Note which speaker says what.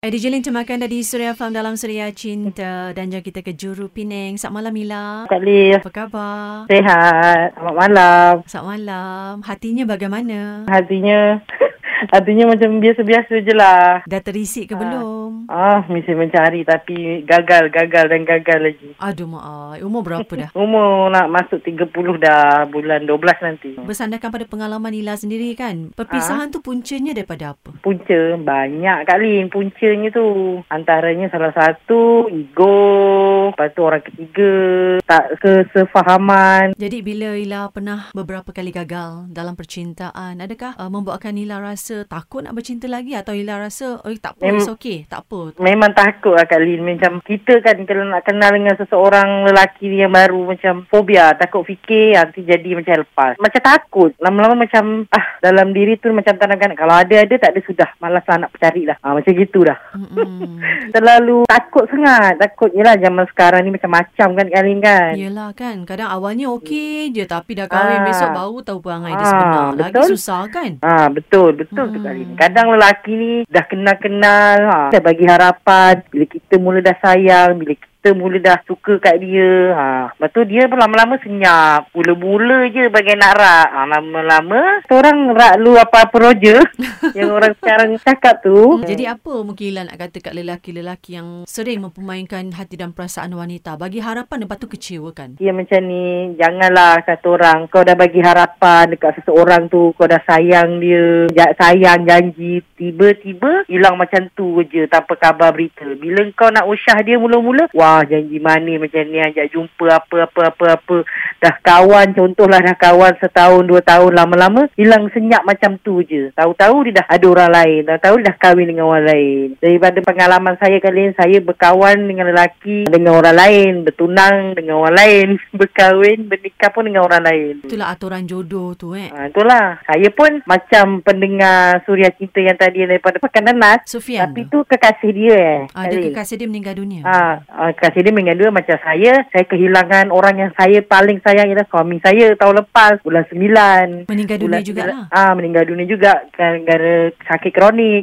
Speaker 1: Ada jelin temakan dari Suria Farm dalam Suria Cinta dan jom kita ke Juru Penang. Selamat malam Mila.
Speaker 2: Tak boleh.
Speaker 1: Apa khabar?
Speaker 2: Sehat. Selamat malam.
Speaker 1: Selamat malam. Hatinya bagaimana?
Speaker 2: Hatinya, hatinya macam biasa-biasa je lah.
Speaker 1: Dah terisik ke belum?
Speaker 2: Ah, mesti mencari tapi gagal, gagal dan gagal lagi.
Speaker 1: Aduh maaf. Umur berapa dah?
Speaker 2: Umur nak masuk 30 dah bulan 12 nanti.
Speaker 1: Bersandarkan pada pengalaman Ila sendiri kan. Perpisahan tu puncanya daripada apa?
Speaker 2: Punca banyak kali puncanya tu. Antaranya salah satu ego, lepas tu orang ketiga, tak kesefahaman.
Speaker 1: Jadi bila Ila pernah beberapa kali gagal dalam percintaan, adakah uh, membuatkan Ila rasa takut nak bercinta lagi atau Ila rasa oh tak apa,
Speaker 2: Mem-
Speaker 1: it's okay, tak apa.
Speaker 2: Memang takut lah Kak Lin Macam kita kan Kalau nak kenal dengan seseorang Lelaki ni yang baru Macam fobia Takut fikir ah, Nanti jadi macam lepas Macam takut Lama-lama macam ah Dalam diri tu macam tanamkan Kalau ada-ada tak ada sudah Malas lah nak cari lah ha, Macam gitu dah
Speaker 1: Mm-mm.
Speaker 2: Terlalu takut sangat Takut je lah Zaman sekarang ni macam-macam kan Kak Lin kan Hmm.
Speaker 1: Yelah kan Kadang awalnya okey je Tapi dah kahwin
Speaker 2: Ah.
Speaker 1: besok Baru tahu perangai dia
Speaker 2: Ah,
Speaker 1: sebenar Lagi
Speaker 2: betul.
Speaker 1: susah kan
Speaker 2: Ha, betul, betul hmm. tu Kak Lin. Kadang lelaki ni dah kenal-kenal, ha, dah bagi harapan, bila kita mula dah sayang, bila kita mula dah suka kat dia, ha, lepas tu dia pun lama-lama senyap. Mula-mula je bagai nak rak. Ha, lama-lama, seorang rak lu apa-apa roja yang orang sekarang cakap tu.
Speaker 1: Hmm. Jadi apa mungkin Ila nak kata kat lelaki-lelaki yang sering mempermainkan hati dan perasaan wanita Bagi harapan lepas tu kecewakan
Speaker 2: Dia macam ni, janganlah kata orang, kau dah bagi harapan dekat seseorang tu, kau dah sayang dia, ja- sayang janji, tiba-tiba hilang macam tu je tanpa kabar berita. Bila kau nak usah dia mula-mula, wah janji mana macam ni, ajak jumpa apa-apa-apa-apa. Dah kawan, contohlah dah kawan setahun, dua tahun, lama-lama hilang senyap macam tu je. Tahu-tahu dia dah ada orang lain, tahu-tahu dia dah kahwin dengan orang lain. Daripada pengalaman saya kali ni, saya berkawan dengan lelaki, dengan orang lain, bertunang dengan orang lain, berkahwin, bernikah pun dengan orang lain.
Speaker 1: Itulah aturan jodoh tu eh
Speaker 2: Ha, itulah. Saya pun macam pendengar Suria Cinta yang tadi daripada Pakan Nanas.
Speaker 1: Sufian
Speaker 2: Tapi tu kekasih dia eh.
Speaker 1: Ada
Speaker 2: Kak Lin.
Speaker 1: kekasih Ya. Ah, dia meninggal dunia
Speaker 2: Ah, ah, kasih dia mengenai dua macam saya, saya kehilangan orang yang saya paling sayang ialah suami saya tahun lepas bulan 9.
Speaker 1: Meninggal dunia
Speaker 2: bulan
Speaker 1: jugalah
Speaker 2: Ah, meninggal dunia juga gara-gara kan, sakit kronik.